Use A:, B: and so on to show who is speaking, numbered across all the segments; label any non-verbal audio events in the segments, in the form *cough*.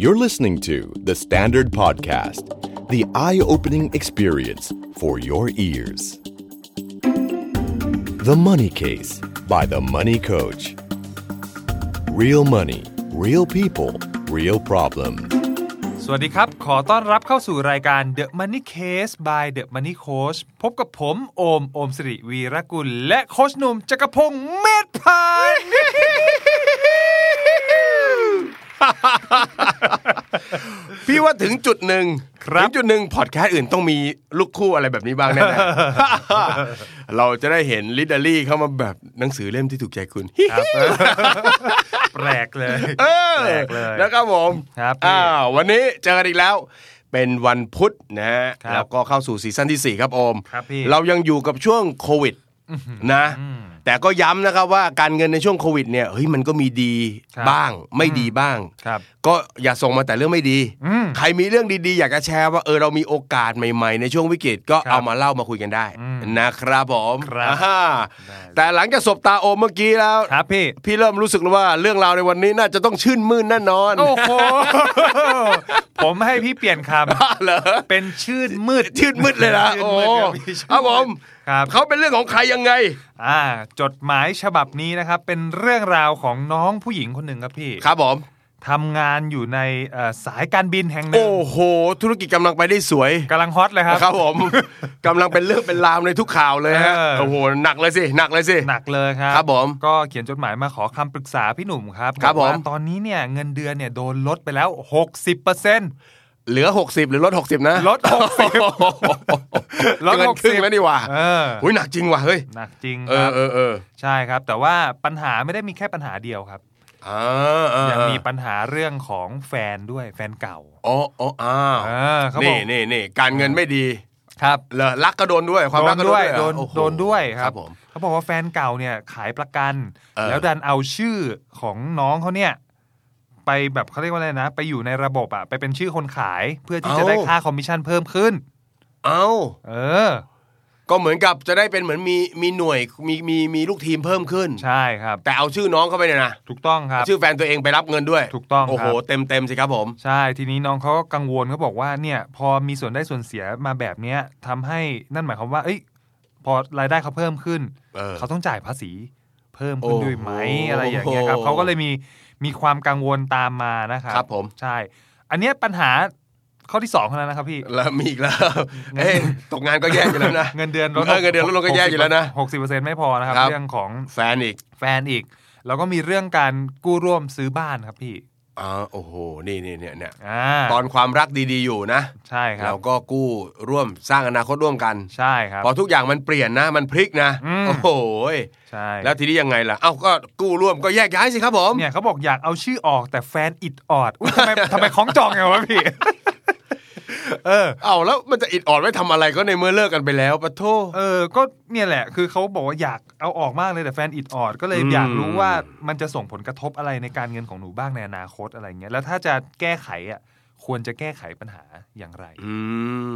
A: You're listening to The Standard Podcast, the eye opening experience for your ears. The Money Case by The Money Coach. Real money, real people, real problem.
B: สวัสดีครับ ขอต้อนรับเข้าสู่รายการ The Money Case by The Money Coach พบกับผมโอม โอมสิริวีรกุล และโคชหนุ่มจักรพงษ์เมธพันธ์ *laughs*
C: พี่ว่าถึงจุดหนึ่ง
B: ครับ
C: ถึงจุดหนึ่งพอดแคสต์อื่นต้องมีลูกคู่อะไรแบบนี้บ้างแน่ๆ
B: *laughs*
C: เราจะได้เห็นลิดเดอรี่เข้ามาแบบหนังสือเล่มที่ถูกใจคุณ *laughs*
B: แปลกเลย
C: เออ
B: แปลกเลย
C: นะครับผม
B: ครับพี่
C: อ่าวันนี้เจอกันอีกแล้ว เป็นวันพุธนะฮะ
B: ครับ
C: แล้วก็เข้าสู่ซีซั่นทีสี่ 4 ครับโอม
B: ครับพี่
C: เรายังอยู่กับช่วงโควิดนะ แต่ก็ย้ำนะครับว่าการเงินในช่วงโควิดเนี่ยเฮ้ยมันก็มีดี
B: ครับ
C: บ้างไม่ดีบ้าง
B: ครับ
C: ก็อย่าส่งมาแต่เรื่องไม่ดี ใครมีเรื่องดีๆ อยากจะแชร์ว่าเออเรามีโอกาสใหม่ๆ ในช่วงวิกฤตก็
B: ครับ
C: เอามาเล่ามาคุยกันได้นะครับผม
B: ครับ
C: อ่าแต่หลังจากสบตาโอมเมื่อกี้แล้ว
B: ครับพี่
C: พี่เริ่มรู้สึกแล้วว่าเรื่องราวในวันนี้น่าจะต้องชื่นมื่นแน่นอน
B: โอ้โห ผมให้พี่เปลี่ยนค
C: เหรอ
B: ำ เป็นชื่นมืด
C: ชื่นมืดเลยนะ
B: ชื่น
C: โอ้
B: มืดครับพี่ชื่นมืด
C: ครับผม
B: ครับ
C: เขาเป็นเรื่องของใครยังไง
B: อ่า จดหมายฉบับนี้นะครับ เป็นเรื่องราวของน้องผู้หญิงคนหนึ่งครับพี่
C: ครับผม
B: ทำงานอยู่ในเอ่อสายการบินแห่งหนึ่ง
C: โอ้โห ธุรกิจกำลังไปได้สวย
B: กำลังฮอตเลยครับ
C: ครับผมกำลังเป็นเรื่องเป็นราวในทุกข่าวเลยฮะ
B: เออ
C: โอ้โหหนักเลยสิหนักเลยสิ
B: *laughs* หนักเลยครับ
C: ครับผม
B: ก็เขียนจดหมายมาขอคำปรึกษาพี่หนุ่มครับ
C: ครับ
B: อกว่า
C: ผม
B: ตอนนี้เนี่ยเงินเดือนเนี่ยโดนลดไปแล้ว
C: *laughs*
B: 60%
C: เหลือ 60 หรือลด 60 นะ
B: ลด
C: โอ้โห
B: 60ลด
C: *laughs* เกินครึ่ง
B: 60
C: แล้วนี่หว่า
B: เออ
C: หุ้ยหนักจริงว่ะเฮ้ย
B: หนักจริง
C: เอ
B: ค
C: อ
B: รับ
C: เออเออ
B: ใช่ครับ แต่ว่าปัญหาไม่ได้มีแค่ปัญหาเดียวครับ
C: อ่าอ่า
B: ยังมีปัญหาเรื่องของแฟนด้วยแฟนเก่า
C: อ๋ออ๋ออ้าว
B: เออเขาบอ
C: นี่
B: ก
C: นี่นี่การเงินไม่ดี
B: ครับ
C: เหรอรักก็โดนด้วยความ
B: โด
C: รัก
B: น
C: ก็
B: ด้วย
C: เหรอ
B: โดน
C: อ้ห
B: โดนด้วยค
C: ค
B: รั
C: รั
B: บบ
C: ผม
B: เขาบอกว่าแฟนเก่าเนี่ยขายประกัน
C: เออ
B: แล้วดันเอาชื่อของน้องเขาเนี่ย ไปแบบเขาเรียกว่าอะไรนะ ไปอยู่ในระบบอะไปเป็นชื่อคนขายเพื่อที่จะได้ค่าคอมมิชชั่นเพิ่มขึ้น
C: เอ้า
B: เออ
C: ก็เหมือนกับจะได้เป็นเหมือนมีมีหน่วยมีมีมีลูกทีมเพิ่มขึ้น
B: ใช่ครับ
C: แต่เอาชื่อน้องเข้าไปเนี่ยนะ
B: ถูกต้องครับ
C: ชื่อแฟนตัวเองไปรับเงินด้วย
B: ถูกต้อง
C: โอ้
B: ค
C: โห
B: รับ
C: เต็มเต็มๆสิครับผม
B: ใช่ทีนี้น้องเขาก็กังวลเขาบอกว่าเนี่ยพอมีส่วนได้ส่วนเสียมาแบบเนี้ยทำให้นั่นหมายความว่า เอ้ย พอรายได้เขาเพิ่มขึ้น
C: เออ
B: ต้องจ่ายภาษีเพิ่มขึ้น
C: โอ้โห
B: ด้วยไหมอะไรอย่างเงี้ยครับ
C: โอ้โห
B: เขาก็เลยมีมีความกังวลตามมานะครับ
C: ครับผม
B: ใช่ อันเนี้ยปัญหาข้อที่สองเท่านั้นนะครับพี่
C: แล้วมีอีกแล้วเอ้ยตกงานก็แย่อยู่แล้วนะ
B: เงินเดือนลด
C: เออเงินเดือนลดลงก็แย่อยู่แล้วนะ
B: หกสิบเปอร์เซ็นต์ไม่พอนะครับ
C: ครับ
B: เรื่องของ
C: แฟนอีก
B: แฟนอีก แล้วก็มีเรื่องการกู้ร่วมซื้อบ้านครับพี่
C: อ๋อโอ้โหนี่นี่เนี่ยเนี่ย
B: อ่า
C: ตอนความรักดีๆอยู่นะ
B: ใช่ครับ
C: เราก็กู้ร่วมสร้างอนาคตร่วมกัน
B: ใช่ครับ
C: พอทุกอย่างมันเปลี่ยนนะ มันพลิกนะ
B: อืม
C: โอ้โห
B: ใช่
C: แล้วทีนี้ยังไงล่ะเอ้าก็กู้ร่วมก็แยกย้ายสิครับผม
B: เนี่ยเขาบอกอยากเอาชื่อออกแต่แฟนอิดออดอุ๊ยทำไม ทำไมของจองไงวะพี่ เออ
C: เอาแล้วมันจะอิดออดไว้ทำอะไรก็ในเมื่อเลิกกันไปแล้วปะโท
B: เออ ก็เนี่ยแหละ คือเขาบอกว่าอยากเอาออกมากเลยแต่แฟนอิดออด ก็เลย
C: อืม
B: อยากรู้ว่ามันจะส่งผลกระทบอะไรในการเงินของหนูบ้างในอนาคตอะไรเงี้ยแล้วถ้าจะแก้ไขอ่ะควรจะแก้ไขปัญหาอย่างไร
C: อื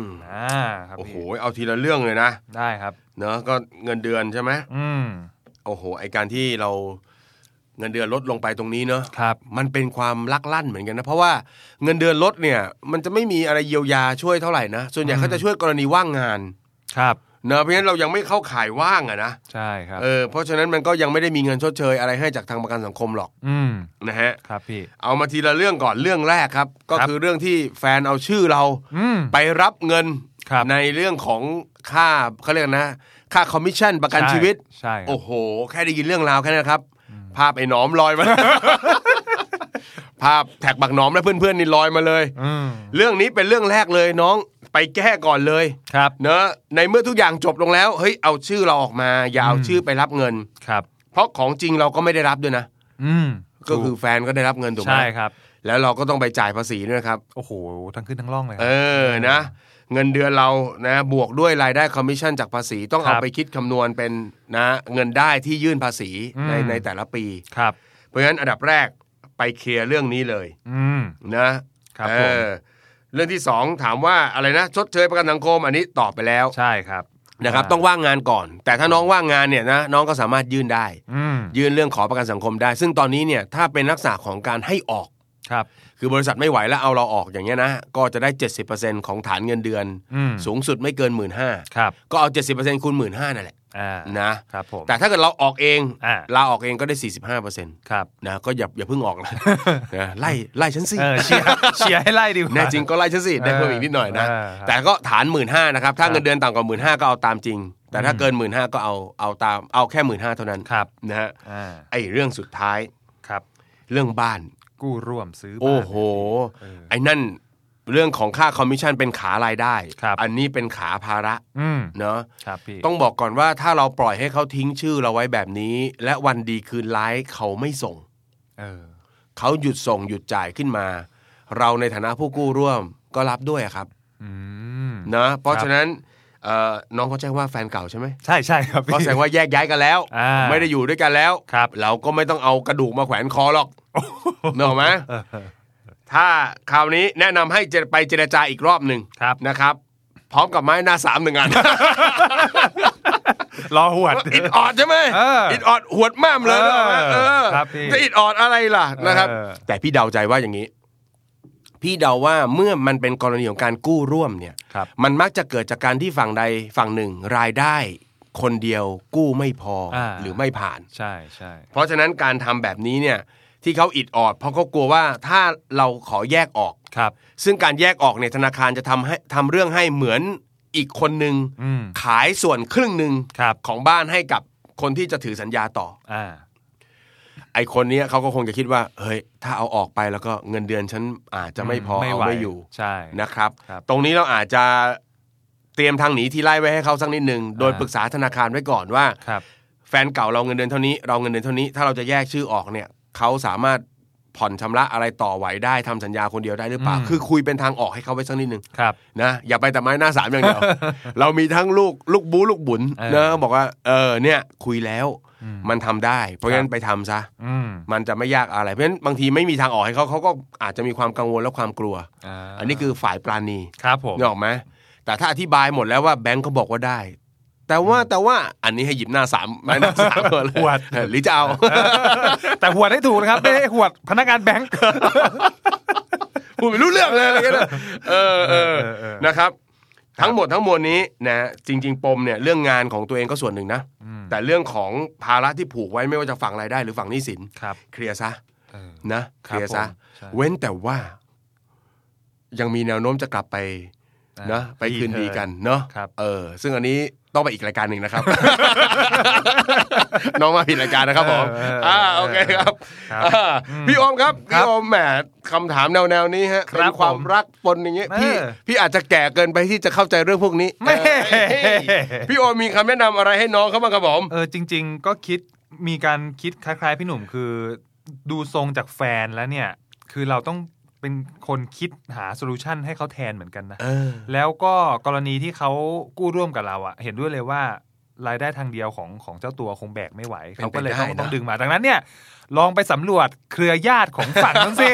C: ม
B: อ่าครับ
C: โอ้โห
B: พี่
C: เอาทีละเรื่องเลยนะ
B: ได้ครับ
C: เนอะก็เงินเดือนใช่ไหม
B: อืม
C: โอ้โห ไอการที่เราเงินเดือนลดลงไปตรงนี้เนอะ
B: ครับ
C: มันเป็นความลักลั่นเหมือนกันนะ เพราะว่าเงินเดือนลดเนี่ย มันจะไม่มีอะไรเยียวยาช่วยเท่าไหร่นะ ส่วนใหญ่
B: อืม
C: เขาจะช่วยกรณีว่างงาน
B: ครับ
C: เนอะเพราะฉะนั้นเรายังไม่เข้าข่ายว่างอะนะ
B: ใช่ครับ
C: เออ เพราะฉะนั้นมันก็ยังไม่ได้มีเงินชดเชยอะไรให้จากทางประกันสังคมหรอก
B: อืม
C: นะฮะ
B: ครับพี่
C: เอามาทีละเรื่องก่อนเรื่องแรกครับ ก็
B: ครับ
C: คือเรื่องที่แฟนเอาชื่อเรา
B: อืม
C: ไปรับเงิน
B: ครับ
C: ในเรื่องของค่าเขาเรียกนะ ค่าคอมมิชชั่นประกัน
B: ใ
C: ชีวิต
B: ใช่ครับ
C: โอ้โห แค่ได้ยินเรื่องราวแค่นั้นครับ ภาพไอ้หนอมลอยมา *laughs* ภาพแท็กบักหนอมและเพื่อนๆนี่ลอยมาเลย
B: อืม
C: เรื่องนี้เป็นเรื่องแรกเลยน้องไปแก้ก่อนเลย
B: ครับ
C: เนอะในเมื่อทุกอย่างจบลงแล้วเฮ้ยเอาชื่อเราออกมา อย่าเอาชื่อไปรับเงิน
B: ครับ
C: เพราะของจริงเราก็ไม่ได้รับด้วยนะ
B: อืม
C: ก็คือแฟนก็ได้รับเงินถูกไหม
B: ใช่ครับ
C: แล้วเราก็ต้องไปจ่ายภาษีด้วยนะครับ
B: โอ้โห ทั้งขึ้นทั้งล่องเลยค
C: เอ
B: รับ
C: อ นะ เงินเดือนเรา นะ บวกด้วยรายได้คอมมิชชั่นจากภาษี ต้องเอา
B: ครับ
C: ไปคิดคำนวณเป็น นะ เงินได้ที่ยื่นภาษี
B: อืม
C: ในในแต่ละปี
B: ครับ
C: เพราะฉะนั้นอันดับแรกไปเคลียร์เรื่องนี้เลย
B: อืม
C: นะครับ เอ
B: ผม
C: อ เรื่องที่สองถามว่าอะไรนะ ชดเชยประกันสังคม อันนี้ตอบไปแล้ว
B: ใช่ครับ
C: นะครับ ต้องว่างงานก่อน แต่ถ้าน้องว่างงานเนี่ยนะ น้องก็สามารถยื่นได้
B: อืม
C: ยื่นเรื่องขอประกันสังคมได้ ซึ่งตอนนี้เนี่ย ถ้าเป็นลักษณะของการให้ออก
B: ครับ
C: คือบริษัทไม่ไหวแล้วเอาเราออกอย่างเงี้ยนะ ก็จะได้ 70%ของฐานเงินเดือน
B: อืม
C: สูงสุดไม่เกินหมื่นห้า
B: ครับ
C: ก็เอา 70%คูณหมื่นห้านั่นแหละ
B: อ่า
C: นะ
B: ครับผม
C: แต่ถ้าเกิดเราออกเอง
B: อ่า
C: ลาออกเองก็ได้ 45%น *laughs*
B: ครับ
C: ะก็อย่าอย่าเพิ่งออก *laughs* นะ นะไล่ไล่ฉันสิ
B: เออเชียร์ *laughs* เชียร์ให้ไล่ดีกว่า
C: แน่จริงก็ไล่ฉันสิได้เพิ่มอีกนิดหน่อยนะ
B: เออครับ
C: แต่ก็ฐานหมื่นห้านะครับ ถ้าเงินเดือนต่ำกว่าหมื่นห้าก็เอาตามจริง แต่ถ้าเกินหมื่นห้าก็เอาเอาตามเอาแค่หมื่นห้าเท่านั้น
B: ครับ
C: นะฮะ
B: อ่า
C: ไอเรื่องสุดท้าย
B: ครับ
C: เรื่องบ้าน
B: กู้ร่วมซื้อบ้าน
C: โอ้โห ไอ้นั่นเรื่องของค่าคอมมิชชั่นเป็นขารายได้
B: ครับ
C: อันนี้เป็นขาภาระ
B: อืม
C: เนาะ
B: ครับพี่
C: ต้องบอกก่อนว่าถ้าเราปล่อยให้เขาทิ้งชื่อเราไว้แบบนี้ และวันดีคืนร้ายเขาไม่ส่ง
B: เออ
C: เขาหยุดส่งหยุดจ่ายขึ้นมา เราในฐานะผู้กู้ร่วมก็รับด้วยอะครับ
B: อืม
C: นะเพราะ
B: ครับ
C: ฉะนั้นเอ่อน้องเขาแจ้งว่าแฟนเก่าใช่ไหม
B: ใช่ใช่ครับพี่
C: ก็แสดงว่าแยกย้ายกันแล้ว
B: อ่า
C: ไม่ได้อยู่ด้วยกันแล้ว
B: ครับ
C: เราก็ไม่ต้องเอากระดูกมาแขวนคอ
B: *laughs*
C: หรอกเนกออกไหมถ้าคราวนี้แนะนำให้เจรไปเจรจาอีกรอบหนึ่ง
B: ครับ
C: นะครับ พร้อมกับไม้หน้าสามหนึ่งอัน
B: รอหวด
C: อิดออดใช่ไหม
B: เอออิ
C: อิดออดหวดแม่มเลย
B: เออ
C: เนอะเออ
B: ครับพี่
C: จะอิดออดอะไรล่ะนะครับ
B: เออ
C: แต่พี่เดาใจว่าอย่างนี้ พี่เดาว่าเมื่อมันเป็นกรณีของการกู้ร่วมเนี่ย
B: ครับ
C: มันมักจะเกิดจากการที่ฝั่งใดฝั่งหนึ่งรายได้ คนเดียวกู้ไม่พออา หรือไม่ผ่าน
B: ใช่ใช่
C: เพราะฉะนั้นการทำแบบนี้เนี่ยที่เขาอิดออด เพราะเขากลัวว่าถ้าเราขอแยกออก
B: ครับ
C: ซึ่งการแยกออกเนี่ยธนาคารจะทำให้ทำเรื่องให้เหมือนอีกคนหนึ่ง
B: อืม
C: ขายส่วนครึ่งหนึ่ง
B: ครับ
C: ของบ้านให้กับคนที่จะถือสัญญาต่อ
B: อ่า
C: ไอคนเนี้ยเขาก็คงจะคิดว่าเฮ้ยถ้าเอาออกไปแล้วก็เงินเดือนฉันอาจจะไม่พอ
B: ไม่
C: เอา
B: ไหว
C: ไม่อยู่
B: ใช่
C: นะครับ
B: ครับ
C: ตรงนี้เราอาจจะเตรียมทางหนีที่ไล่ไว้ให้เขาสักนิดหนึ่งโดย
B: อ่า
C: ปรึกษาธนาคารไว้ก่อนว่า
B: ครับ
C: แฟนเก่าเราเงินเดือนเท่านี้เราเงินเดือนเท่านี้ถ้าเราจะแยกชื่อออกเนี่ยเขาสามารถผ่อนชำระอะไรต่อไหวได้ทำสัญญาคนเดียวได้หรือเปล่า
B: อืม
C: คือคุยเป็นทางออกให้เขาไว้สักนิดนึง
B: ครับ
C: นะอย่าไปแต่ไม้หน้าสามอย่างเดียว
B: *laughs*
C: เรามีทั้งลูกลูกบูลูกบุญ
B: เออ
C: นะบอกว่าเออเนี่ยคุยแล้ว
B: อืม
C: มันทำได้ เพราะงั้นไปทำซะ
B: อืม
C: มันจะไม่ยากอะไรเพราะฉะนั้นบางทีไม่มีทางออกให้เขาเขาก็อาจจะมีความกังวลและความกลัว
B: อ่า
C: อันนี้คือฝ่ายปราณี
B: ครับผม
C: นึกออกไหมแต่ถ้าอธิบายหมดแล้วว่าแบงก์เขาบอกว่าได้ แต่ว่าแต่ว่าอันนี้ให้หยิบหน้าสามไม้หน้าสามก่อ
B: *laughs*
C: นเลยเออหรือจะเอา *laughs*
B: แต่หวดให้ถูกนะครับ ไม่ได้หวดพนักงานแบงค์
C: พูดไม่รู้เรื่องเลยอะไรเงี้ยนะเออเออ
B: เออเออ
C: นะครับ ทั้งหมดทั้งมวลนี้นะจริง ๆ ปมเนี่ยเรื่องงานของตัวเองก็ส่วนหนึ่งนะ
B: อืม
C: แต่เรื่องของภาระที่ผูกไว้ไม่ว่าจะฝั่งรายได้หรือฝั่งหนี้สิน
B: ครับ
C: เคลียร์ซะ
B: เออ
C: นะ
B: ค
C: เค
B: รับ
C: ลียร์ซะ
B: ผมใช่
C: เว้นแต่ว่า ยังมีแนวโน้มจะกลับไปนะไปคืนดีกันเนาะ
B: ครับ
C: เออ ซึ่งอันนี้ต้องไปอีกรายการหนึ่งนะครับ *laughs* น้องมาผิดรายการนะครับผม
B: เออเออ
C: อ่าโอเคครับ
B: ครับ
C: อ่าพี่โอมครับ
B: ครั
C: พี่
B: บ
C: โอมแหมคำถามแนวแนวๆนี้ฮะ
B: ครับ
C: เป็นความ
B: ผม
C: รักปนอย่างเงี้ย
B: เออ
C: พี่พี่อาจจะแก่เกินไปที่จะเข้าใจเรื่องพวกนี้
B: ไม่
C: เออพี่โอมมีคำแนะนำอะไรให้น้องเขาบ้างครับผม
B: เออจริง ๆ ก็คิดมีการคิดคล้ายๆ พี่หนุ่มคือ ดูทรงจากแฟนแล้วเนี่ย คือเราต้องเป็นคนคิดหาโซลูชันให้เขาแทนเหมือนกันนะ
C: เออ
B: แล้วก็กรณีที่เขากู้ร่วมกับเราอะเห็นด้วยเลยว่ารายได้ทางเดียวของของเจ้าตัวคงแบกไม่ไหว
C: เป็น
B: เขา
C: ไป
B: ก็เลยต้อง
C: ได้นะ
B: ต้องดึงมาดังนั้นเนี่ย ลองไปสำรวจเครือญาติของฝั่งนั้นสิ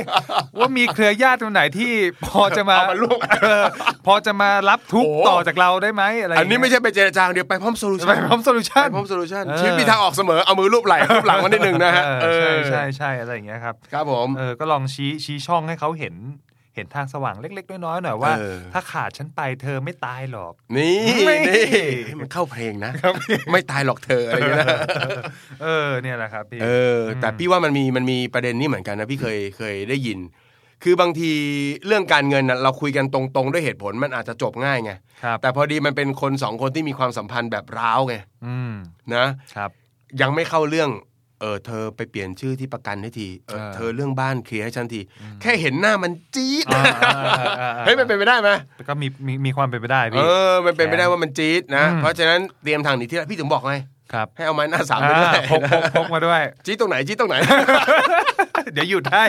B: ว่ามีเครือญาติตรงไหนที่พอจะมา
C: เอามาลูก
B: เออพอจะมารับทุกข์
C: โอ้
B: ต่อจากเราได้ไหมอะไร
C: อันนี้ไม่ใช่ไปเจรจาอย่างเดียวไปพร้อมโซลูชั
B: ไป
C: น
B: พร้อมโซลูชัน
C: ไปพร้อมโซลูชัน
B: เออ
C: ชีวิตมีทางออกเสมอเอามือรูป
B: *laughs*
C: ไหล่รูปหลังมันนิดนึงนะฮะ
B: เออ
C: เออ
B: ใช่ใช่ใช่อะไรอย่างเงี้ยครับ
C: ครับผม
B: เออ ก็ลองชี้ชี้ช่องให้เขาเห็นเห็นทางสว่างเล็ก ๆ น้อยๆหน่อยว่า
C: เออ
B: ถ้าขาดฉันไปเธอไม่ตายหรอก
C: นี่
B: ไม่
C: นี่มันเข้าเพลงนะ ไม่ตายหรอกเธออะไรอย่างเงี้ยนะ
B: เออเนี่ยแหละครับพี่
C: เออ แต่พี่ว่ามันมีมันมีประเด็นนี้เหมือนกันนะพี่เคยเคยได้ยิน คือบางทีเรื่องการเงินนะเราคุยกันตรงๆ ด้วยเหตุผลมันอาจจะจบง่ายไง
B: ครับ
C: แต่พอดีมันเป็นคนสองคนที่มีความสัมพันธ์แบบร้าวไง
B: อืม
C: นะครับ ยังไม่เข้าเรื่องเออเธอไปเปลี่ยนชื่อที่ประกันให้ทีเออ
B: เออ
C: เธอเรื่องบ้านเคลียร์ให้ฉันที แค่เห็นหน้ามันจี๊ด
B: อ่าอ่าอ่า
C: เฮ้ยมันเป็นไปได้ไหม
B: ก็มีมีมีความเป็นไปได้
C: เอ
B: พี่
C: อ มันเป็นไปได้ว่ามันจี๊ดนะ
B: อืม
C: เพราะฉะนั้นเตรียมทางหนีที่ไรพี่ถึงบอกไง
B: ครับ
C: ให้เอาไม้หน้าสามไปด้ว
B: อ่าย พกพกพกมาด้วย
C: *laughs* จี้ตรงไหนจี้ตรงไหน *laughs*
B: เดี๋ยวหยุดให้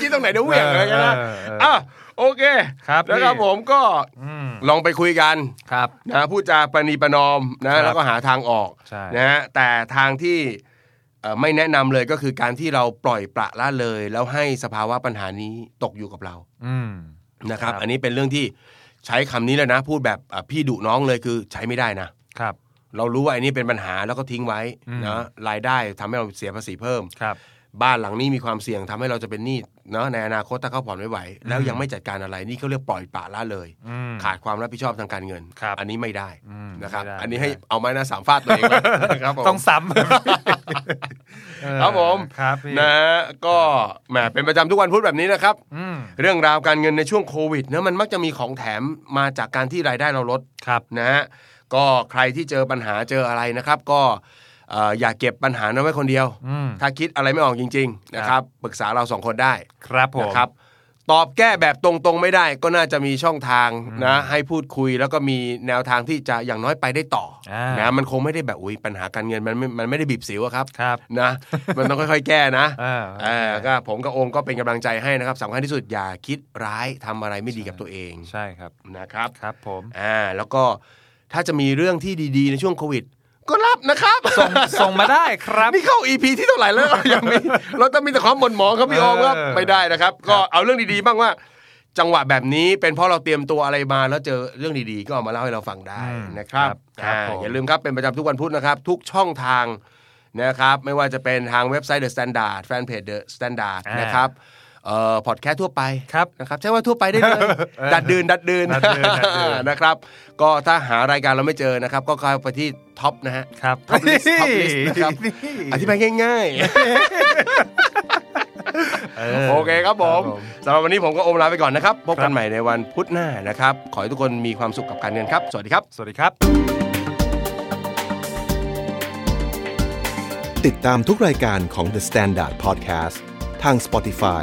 C: จี้ตรงไหนเดี๋ย
B: *laughs*
C: วเหวี่ยงอะไรกันนะ
B: เออเอออ่
C: อ่ะโอเค
B: ครับ
C: แล้วครับ
B: พี่
C: ผมก็
B: อืม
C: ลองไปคุยกัน
B: ครับ
C: นะพูดจาประนีประนอม
B: ครั
C: นะ
B: บ
C: แล้วก็หาทางออก
B: ใช่
C: นะฮะแต่ทางที่เอ่อไม่แนะนำเลยก็คือการที่เราปล่อยประละเลย แล้วให้สภาวะปัญหานี้ตกอยู่กับเรา
B: อืม
C: นะครับ
B: ครับ
C: อันนี้เป็นเรื่องที่ใช้คำนี้แล้วนะ พูดแบบอ่ะพี่ดุน้องเลยคือใช้ไม่ได้นะ
B: ครับ
C: เรารู้ว่าอันนี้เป็นปัญหาแล้วก็ทิ้งไว้
B: อืม
C: นะรายได้ทำให้เราเสียภาษีเพิ่ม
B: ครับ
C: บ้านหลังนี้มีความเสี่ยงทำให้เราจะเป็นหนี้เนาะในอนาคตถ้าเขาผ่อนไม่ไหว แล้วยังไม่จัดการอะไรนี่เขาเรียกปล่อยปละละเลย
B: อืม
C: ขาดความรับผิดชอบทางการเงิน
B: ครับ
C: อันนี้ไม่ได้
B: อืม
C: นะครับ
B: ไม่ได้
C: อันนี้
B: ไม่
C: ให้
B: ได้
C: เอาไม้หน้าสามฟาดตัวเองไว้นะครับผม
B: ต้องซ้ำ เออ
C: ครับผม
B: ครับพี่
C: นะฮะก็แหมเป็นประจำทุกวันพุธแบบนี้นะครับ
B: อืม
C: เรื่องราวการเงินในช่วงโควิดเนะมันมักจะมีของแถมมาจากการที่รายได้เราลด
B: ครับ
C: นะฮะก็ใครที่เจอปัญหาเจออะไรนะครับ ก็เอ่ออย่าเก็บปัญหานั้นไว้คนเดียว
B: อืม
C: ถ้าคิดอะไรไม่ออกจริง ๆ นะครับปรึกษาเราสองคนได้
B: ครับผม
C: นะครับ ตอบแก้แบบตรงๆไม่ได้ ก็น่าจะมีช่องทางนะให้พูดคุยแล้วก็มีแนวทางที่จะอย่างน้อยไปได้ต่ออา นะมันคงไม่ได้แบบอุ้ยปัญหาการเงินมันไม่มันไม่ได้บีบสิวอะครับ
B: ครับ
C: นะ มันต้องค่อยๆ แก้นะ
B: เออ
C: เออก็ผมกับโอมก็เป็นกำลังใจให้นะครับสำคัญที่สุดอย่าคิดร้ายทำอะไรไม่ดีกับตัวเอง
B: ใช่ครับ
C: นะครับ
B: ครับผม
C: อ่าแล้วก็ถ้าจะมีเรื่องที่ดีๆ ในช่วงโควิด ก็รับนะครับ
B: ส่งส่งมาได้ครับ
C: นี่เข้า EP ที่เท่าไหร่แล้ว ยังมีเราต้องมีแต่ความหม่นหมองครับพี่โอมครับ
B: เออ
C: ไม่ได้นะครับ ก็เอาเรื่องดีๆบ้างว่า จังหวะแบบนี้เป็นเพราะเราเตรียมตัวอะไรมาแล้วเจอเรื่องดีๆ ก็เอามาเล่าให้เราฟังได้นะครับ
B: อืมครับ
C: อ่า
B: ครับผม
C: อย่าลืมครับเป็นประจำทุกวันพุธนะครับ ทุกช่องทางนะครับ ไม่ว่าจะเป็นทางเว็บไซต์ The Standard แฟนเพจ The Standard
B: อ่าน
C: นะครับเอ่อพอดแคสต์ทั่วไป
B: ครับ
C: นะครับใช่ว่าทั่วไปได้เลย ดัดเดินดัดเดิน
B: ดัดเดินดัดเดิน
C: นะครับ ก็ถ้าหารายการเราไม่เจอนะครับ ก็เข้าไปที่ท็อปนะฮะ
B: ครับ
C: Top *laughs* list Top list นะครับ อธิบายง่ายๆ
B: เ
C: โอเคครับผม
B: ครับผม
C: สำหรับวันนี้ผมก็โอมลาไปก่อนนะครับ พบกันใหม่ในวันพุธหน้านะครับ ขอให้ทุกคนมีความสุขกับการเงินครับ สวัสดีครับ
B: สวัสดีครับ
A: ติดตามทุกรายการของ The Standard Podcast ทาง Spotify,